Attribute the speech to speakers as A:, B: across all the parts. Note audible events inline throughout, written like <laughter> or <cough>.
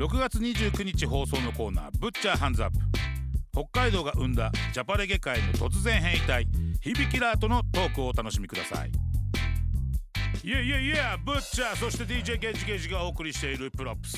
A: 6月29日放送のコーナー「ぶっちゃハンズアップ」北海道が生んだジャパレゲ界の突然変異体響きラーとのトークをお楽しみくださいいやいやいやぶっちゃそして DJ ゲージゲージがお送りしている「プロップス」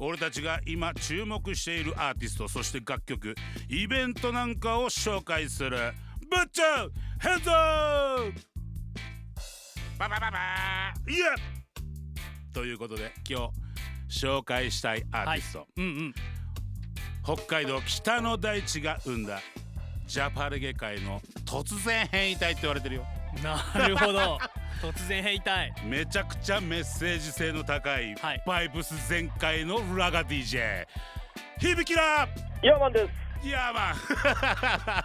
A: 俺たちが今注目しているアーティストそして楽曲イベントなんかを紹介する「ぶっちゃヘンズアップ!」ババババーイエッということで今日紹介したいアーティスト、うんうん北海道北の大地が生んだジャパレゲ界の突然変異体って言われてるよ
B: なるほど突然変異体
A: めちゃくちゃメッセージ性の高い、
B: はい
A: バイブス全開のラガ DJ 響きら
C: ヤーマンです。
A: ヤーマン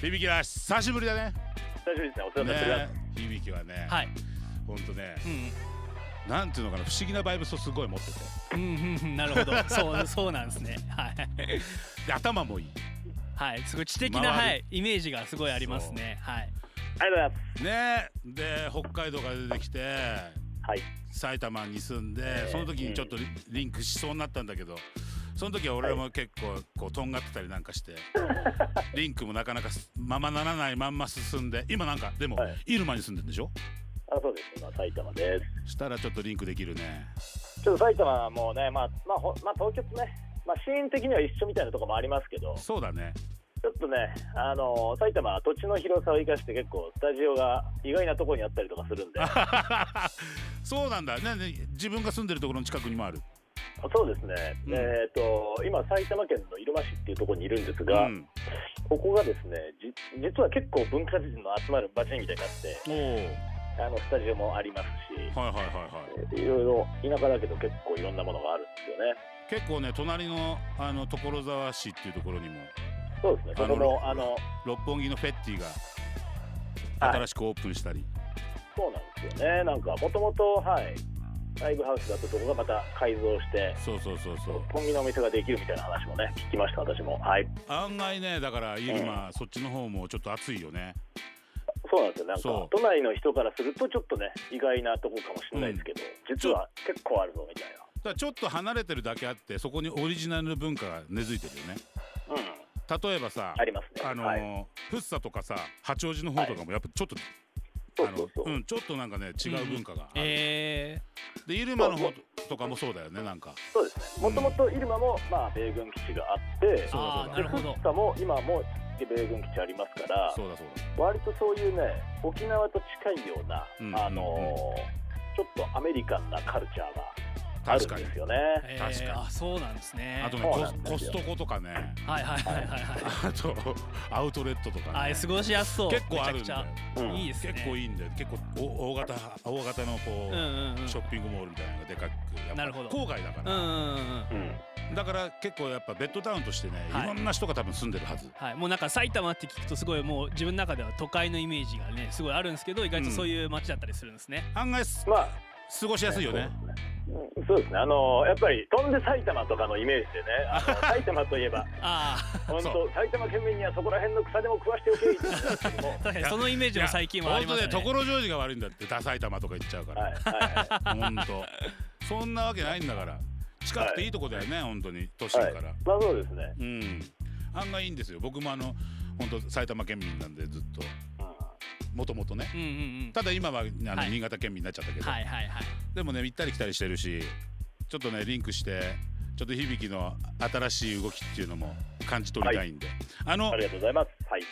A: <laughs> 響きら久しぶりだね
C: 大丈夫ですね。お世話になっております
A: ね。響きはね、
B: はい
A: ほんとね
B: うん
A: なんていうのかな不思議なバイブスをすごい持ってて
B: うんうんうんなるほどそうそうなんですねはい
A: で頭もいい
B: はいすごい知的な、
A: 周り
B: はい、イメージがすごいありますねはい
C: ありがとうござい
A: ねで北海道から出てきて
C: ます。はい。
A: 埼玉に住んで、
C: え
A: その時にちょっとリリンクしそうになったんだけどその時は俺も結構こうとんがってたりなんかして
C: <laughs>
A: リンクもなかなかすままならないまんま進んで今なんかでも、
C: はい
A: 入間に住んでるんでしょ
C: あ、そうです。今埼玉で
A: したらちょっとリンクできるね
C: す。ちょっと埼玉はもうね、まあまあほまあ東京とね、まあシーン的には一緒みたいなところもありますけど、ち
A: そうだね <laughs>
C: ょっとね、あの埼玉は土地の広さを生かして結構スタジオが意外なところにあったりとかするんで、
A: そうなんだねね自分が住んでるところの近くにもある
C: そうですね。
A: うん
C: えっ、と今埼玉県の入間市っていうところにいるんです
A: う
C: が、
A: ん
C: ここがですね、じ実は結構文化人の集まる場所みたいになって、
A: おおはい
C: あのスタジオもありますし。
A: はいはいはい
C: えーいろいろ田舎だけど結構いろんなものがあるんですよね。
A: 結構ね隣のあの所沢市っていうところにも
C: そうですね。ここも
A: あ
C: あ
A: の
C: の
A: 六本木のフェッティが
C: はい
A: 新しくオープンしたり、
C: そうなんですよね。なんかもともとはいライブハウスだったとこがまた改造して
A: そうそうそうそう
C: 六本木のお店ができるみたいな話もね聞きました私も。はい。
A: 案外ねだから今そっちの方もちょっと暑いよね
C: そうなんですよ。なん
A: そ
C: か
A: う
C: 都内の人からするとちょっとね意外なとこかもしれないですけど、実は結構あるぞみたいな。
A: だからちょっと離れてるだけあってそこにオリジナルの文化が根付いてるよね
C: うん。
A: 例えばさ
C: ありますね。
A: あのー
C: はい。
A: 福生とかさ八王子の方とかもやっぱちょっと、
C: そう
A: あ
C: そ
A: の
C: うそう。
A: ん、ちょっとなんかね違う文化がある、
B: え
A: で入間の方とかもそうだよねなんか
C: そうですね。もともと入間もまあ米軍基地があっ
B: ー、
C: て
A: そうだ
B: あ
A: そう
B: ー
A: だ
B: なるほど
C: 福岡も今も米軍基地ありますから。
A: そうだそうだ
C: 割とそういうね沖縄と近いような、
A: うん
C: あのーちょっとアメリカンなカルチャーがある
A: 確
C: ん
A: かに
C: ですよね。
B: え
A: 確かに
B: ー、あそうなんですね
A: あとね
C: そう
A: コ
C: な
A: ス
C: んですよ
A: コストコとかね
B: はいはいはいはいはい
A: あとアウトレットとか、ね
B: はい、過ごしやすそう。
A: 結構あるんだよ
B: めち
C: う
B: ゃくちゃ。いい
C: ん、
B: ですね。
A: 結構いいんだよ結構お大型大型のこ
B: うん
A: う、
B: うんうん。
A: ショッピングモールみたいなのがでかくやっぱ
B: なるほど
A: 郊外だか
B: う
A: ら、
B: んうんうんうん。
C: うん
A: だから結構やっぱベッドタウンとしてね、
B: はい
A: い、ろんな人が多分住んでるはず
B: はい、もうなんか埼玉って聞くとすごいもう自分の中では都会のイメージがねすごいあるんですけど意外とそういう街だったりするんですね、
A: 案外す
C: まあ
A: 過ごしやすいよね
C: うんそうですね、あのーやっぱり飛んで埼玉とかのイメージでね、あ
A: <laughs>
C: の埼玉といえば、
B: あ
C: 本
A: そ
C: 当、埼玉県民にはそこら辺の草でも食わしておけって言ってたんですけども、
A: <laughs>
B: あ <laughs> 確かにそのイメージも最近はありますよね
A: 本当ね所ジョージが悪いんだってダサい玉とか言っちゃうか
C: はい
A: ら
C: はいは
A: 本当そんなわけないんだから近くていいとこだよね、本当に都心
C: い、
A: か
C: はい
A: ら、、
C: まあそうですね、
A: うん案外いいんですよ僕もあの本当埼玉県民なんでずっと
C: うん
A: もともとね
B: うんうん
A: ただ今はあの、
B: はい
A: 新潟県民になっちゃったけ
B: うん
A: ど、
B: はいはいはい
A: でもね行ったり来たりしてるしちょっとねリンクしてちょっと響きの新しい動きっていうのも感じ取りたいんで、あの
C: ありがとうございます、はい、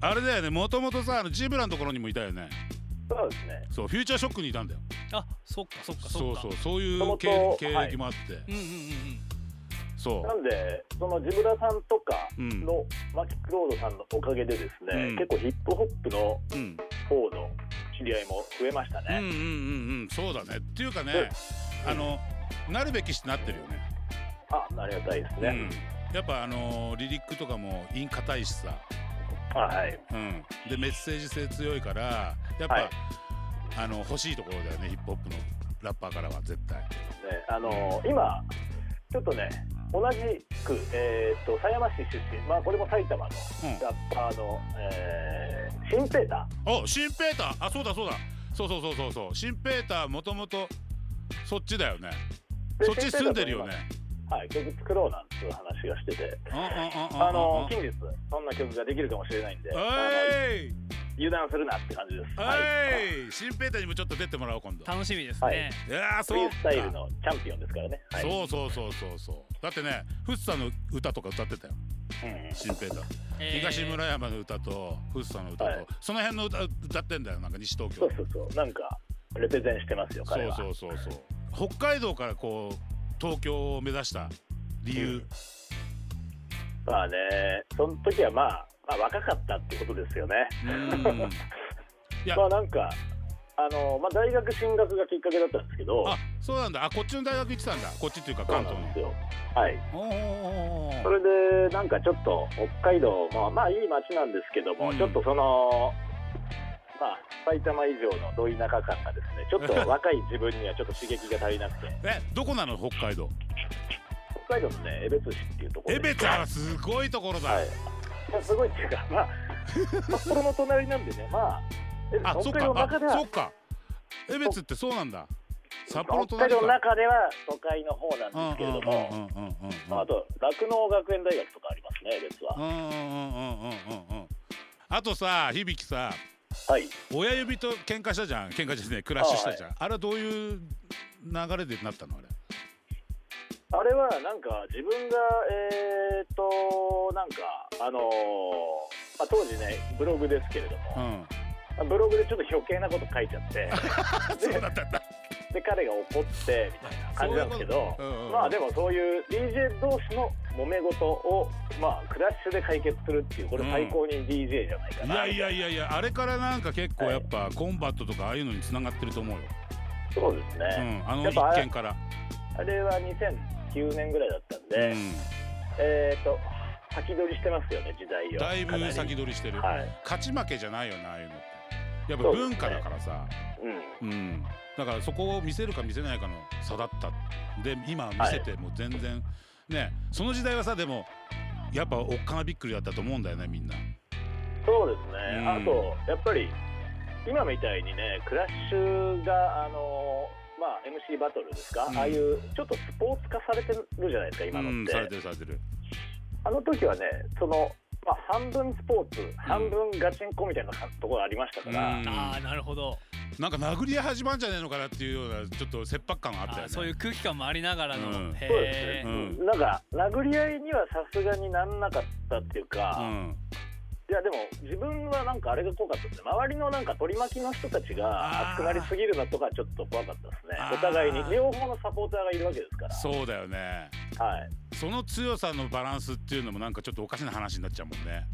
A: あれだよねもともとさあのジブラのところにもいたよね
C: そうですね、
A: そうフューチャーショックにいたんだよ
B: あそっかそっ
A: そ
B: かそっ
A: う
B: か
A: そうそうい
C: も
A: う
C: と
A: 経
C: もと
A: 経
C: はい
A: 歴もあって、
B: うんうんうん
A: そ
C: なんで、そのジブラさんとか
A: ううん
C: のマキクロードさんのおかげで、ですね、
A: うん
C: 結構ヒップホップの
A: うん
C: 方の知り合いも増えました
A: うんうんう
C: ね。
A: んうんそうだねっていうかねあのなるべきしてなってるよね
C: あ、ありがたいですね。
A: うんやっぱあのーリリックとかも韻硬いしさ、
C: あはい
A: うん、でメッセージ性強いからやっぱ、
C: はい
A: あの欲しいところだよねヒップホップのラッパーからは絶対
C: ね、あの今ちょっとね同じく、えー、と狭山市出身、まあ、これも埼玉の
A: うん
C: ラッパーの、えーシンペータ
A: おシンペーターあそうだそうだそうそうそうそうそうシンペーターもともとそっちだよね
C: ーで
A: そっち住んでるよね
C: シンペーターと今はい、曲作ろうなんていう話がしてて
A: うんうんうんうん
C: あの
A: うん
C: 近日そんな曲ができるかもしれないんで、あの
A: おい
C: 油断するなって感じです、はい
A: おいシンペーターにもちょっと出てもらおう今度
B: 楽しみですね、
C: はい
A: いやー
C: フ
A: そ
C: リ
A: う
C: ー
A: か
C: スタイルのチャンピオンですからね、はい
A: そうそうそうそうそうだってねフッサの歌とか歌ってたよ
C: うんうん
A: シンペーター
B: えー
A: 東村山の歌とフッサの歌と、
C: はい
A: その辺の歌歌ってんだよなんか西東
C: そ
A: 京
C: うそうそうなんかレペゼンしてますよ
A: そ
C: 彼
A: う
C: は
A: そうそうそう北海道からこう東京を目指した理由、
C: まあねその時は、まあ、まあ若かったってことですよね
A: うーんいや
C: まあなんかあの、まあ、大学進学がきっかけだったんですけど
A: あそうなんだあこっちの大学行ってたんだこっちっていうか
C: そう
A: 関
C: な
A: 東
C: ん
A: の
C: ですよはい
A: おーおーおー
C: そ
A: おー
C: れでなんかちょっと北海道まあまあいい町なんですけども、
A: うん
C: ちょっとそのまあ埼玉以上のど田舎感がですねちょっと若い自分にはちょっと刺激が足りなくて
A: えどこなの北海道
C: 北海道のね江別市っていうところ
A: 江
C: で
A: 別はすごいところだ、
C: はいいやすごいっていうか
A: <laughs>
C: まあ札幌の隣なんでねまあえ
A: あそっ
C: 北海道
A: かあ
C: の中では
A: そっか江別ってそうなんだ札幌と
C: 北海道の
A: か
C: 中では都会の方なん
A: うんうん
C: ですけれども、
A: うんうんうんうんうん
C: まあ、あと酪農学園大学とかありますね別
A: う
C: は、
A: んうんうんうんうんうんあとさ響さ
C: はい
A: 親指と喧嘩したじゃん喧嘩じゃねえクラッシュしたじゃんあ,、れはどういう流れでなったのあれ
C: あれはなんか自分がえー、っとなんかあのーまあ、当時ねブログですけれど
A: う
C: も、
A: ん
C: ブログでちょっと余計なこと書いちゃって
A: <laughs> そうだったんだ
C: で彼が怒ってみたいな感じなんですけど
A: そういうことうんうん
C: まあでもそういう DJ 同士の揉め事を、まあ、クラッシュで解決するっていうこれ最高に DJ じゃないか
A: い
C: な、
A: やいやいやいやあれからなんか結構やっぱコンバットとかああいうのに繋がってると思うよ、
C: そうですね、
A: うん、あの
C: やっ
A: 一
C: ぱあれ
A: 件から
C: あれは2009年ぐらいだったんで、
A: うん
C: えっ、と先取りしてますよね時代を
A: だい
C: かな
A: ぶ
C: り
A: 先取りしてる、
C: はい
A: 勝ち負けじゃないよなああいうのってやっぱ
C: そうです
A: 文
C: ね
A: 化だからさ
C: うん
A: うんだからそこを見せるか見せないかの差だったで今は見せても全然、ねその時代はさでもやっぱおっかなびっくりだったと思うんだよねみんな
C: そうですね、
A: うん
C: あとやっぱり今みたいにねクラッシュがあのまあ MC バトルですか、
A: うん
C: ああいうちょっとスポーツ化されてるじゃないですか今の
A: うん
C: って,、
A: されてるされてる
C: あの時はねその、まあ、半分スポーツ半分ガチンコみたいなところありましたから、
A: うん
B: ああなるほど
A: なんか殴り合い始まんじゃねえのかなっていうようなちょっと切迫感があったよ
B: あ
A: ね
B: ーそういう空気感もありながらの、
A: うん
B: へ
C: そうです
B: え、
C: ね
A: うん
C: なんか殴り合いにはさすがになんなかったっていうか、
A: うん
C: いやでも自分はなんかあれが怖かったですね周りのなんか取り巻きの人たち
A: あー
C: が熱くなりすぎるなとかちょっと怖かったですね
A: あー
C: お互いに両方のサポーターがいるわけですか
A: そうだよね
C: ら、はい、
A: その強さのバランスっていうのもなんかちょっとおかしな話になっちゃうもんね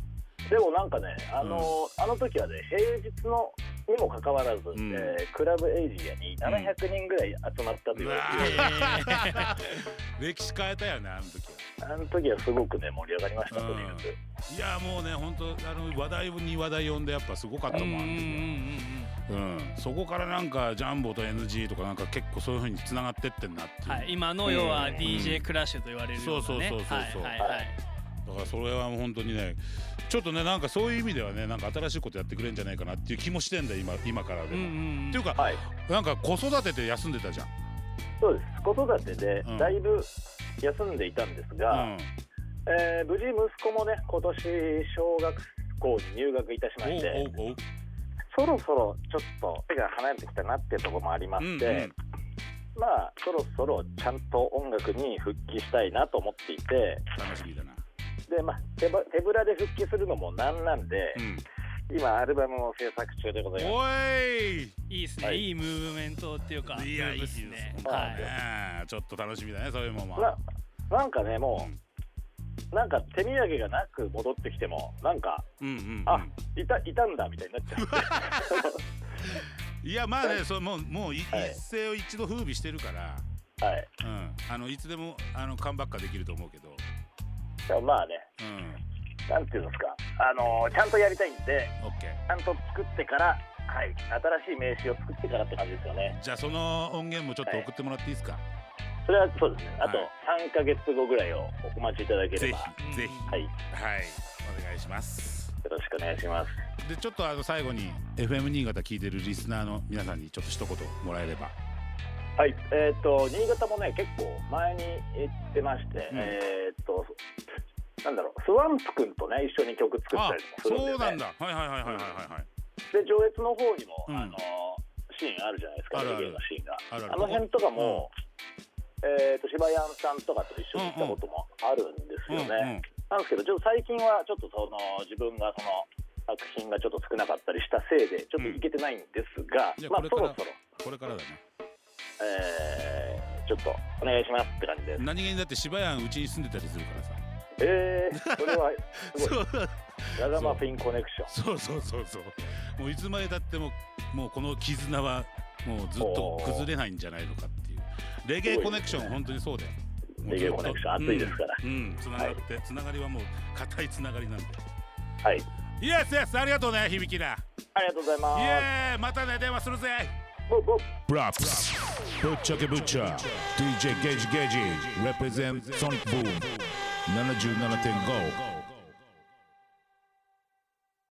C: でもなんかねあのーあの時はね平日のにもかかわらず、
A: ん
C: えークラブエイジアに700人ぐらい集まったというう、
A: わー歴史変えたよねあの時は
C: あの時はすごくね盛り上がりましたとにかく、
A: いやもうね本当あの話題に話題呼んでやっぱすごかったも
B: うん
A: ん
B: うん
A: あ
B: うん
A: の時はうん、そこからなんかジャンボと NG とかなんか結構そういう風に繋がってってんなってい
B: うん
A: う、
B: はい、今の要は
C: うん
B: DJ クラッシュと言われるよう
A: そう
B: な、
A: そう
B: ね
A: そうそうそう
B: はいはいはい
A: だからそれは本当にねちょっとねなんかそういう意味ではねなんか新しいことやってくれんじゃないかなっていう気もしてんだよ今今からで
B: うん
A: も、っ
B: うんうん
A: ていうか
C: はい
A: なんか子育てで休んでたじゃん、
C: そうです子育てで
A: うん
C: だいぶ休んでいたんですが、
A: うん、
C: えー無事息子もね今年小学校に入学いたしま
A: お
C: して
A: うおうおう
C: そろそろちょっと手が離れてきたなっていうところもありま
A: うんう
C: し
A: ん
C: て、まあそろそろちゃんと音楽に復帰したいなと思っていて
A: 楽しみだな
C: で、まあ、手ば手ぶらで復帰するのもなんなんで、
A: うん
C: 今アルバムを制作中でございま
A: おい
B: いいですね、、
C: はいい
B: いムーブメントっていうか
A: いや
B: ムーブっす
A: いいで
B: ね
A: す
C: ね
B: はい
A: ねえちょっと楽しみだねそういうもんも
C: す、ななんかねも
A: うん
C: うなんか手土産がなく戻ってきてもなんか
A: うんうんうん
C: あいたいたんだみたいになっちゃって
A: いやまあねそうもうもうい
C: はい
A: 一世を一度風靡してるから、 <laughs>
C: はい
A: うん、あのいつでもあのカムバックはできると思うけど
C: でもまあね
A: うん
C: なんていうんですかあのーちゃんとやりたいんで
A: オッケー
C: ちゃんと作ってからはい新しい名刺を作ってからって感じですよね
A: じゃあその音源もちょっと送ってもらっていいですか、
C: それはそうですねあと
A: はい
C: 3ヶ月後ぐらいをお待ちいただけ
A: ぜ
C: ればは
A: ひぜひ
C: いよ
A: はいお願いします
C: ろしくお願いします
A: でちょっとあの最後に FM 新潟聞いてるリスナーの皆さんにちょっと一言もらえれば
C: はい、えっ、と新潟もね結構前に行ってまして、
A: うん
C: えっ、となんだろうスワンプ君とね一緒に曲作った
A: あ
C: りもするんで、ね、
A: そうなんだはいはいはいはいはいはい
C: で上越の方にも、
A: うん
C: あのシーンあるじゃないですか
A: あるある
C: レゲエのシーンが
A: あるある
C: の辺とかも、えー、と柴山さんとかと一緒に行ったこともあるんです
A: うん
C: よ
A: う
C: ね、
A: ん
C: なんですけどちょっと最近はちょっとその自分がその作品がちょっと少なかったりしたせいでちょっと行けてないんですが、
A: うんじゃあこ
C: まあ
A: れ
C: そ
A: から
C: ろそろ、
A: これからだね
C: えーちょっとお願いしますって感
A: <laughs>
C: じです
A: 何気にだって芝屋うちに住んでたりするからさ
C: えー、それはすごい
A: <laughs> そう
C: ラザマフィンコネクション
A: そうそうそうそうもういつまでたってももうこの絆はもうずっと崩れないんじゃないのかっていうレゲエコネクション本当にそうだよもうずっと
C: レゲエコネクション熱いですから
A: うん、うんつながって、つながりはもう固いつながりなんで
C: はい
A: イエスイエスありがとうね響きだ
C: ありがとうございま
A: イエ
C: す
A: ーイまたね電話するぜ
C: ぼっぼっ
D: Props. Butcher ke Butcher. DJ Gage Gage. Represent Sonic Boom. 77.5.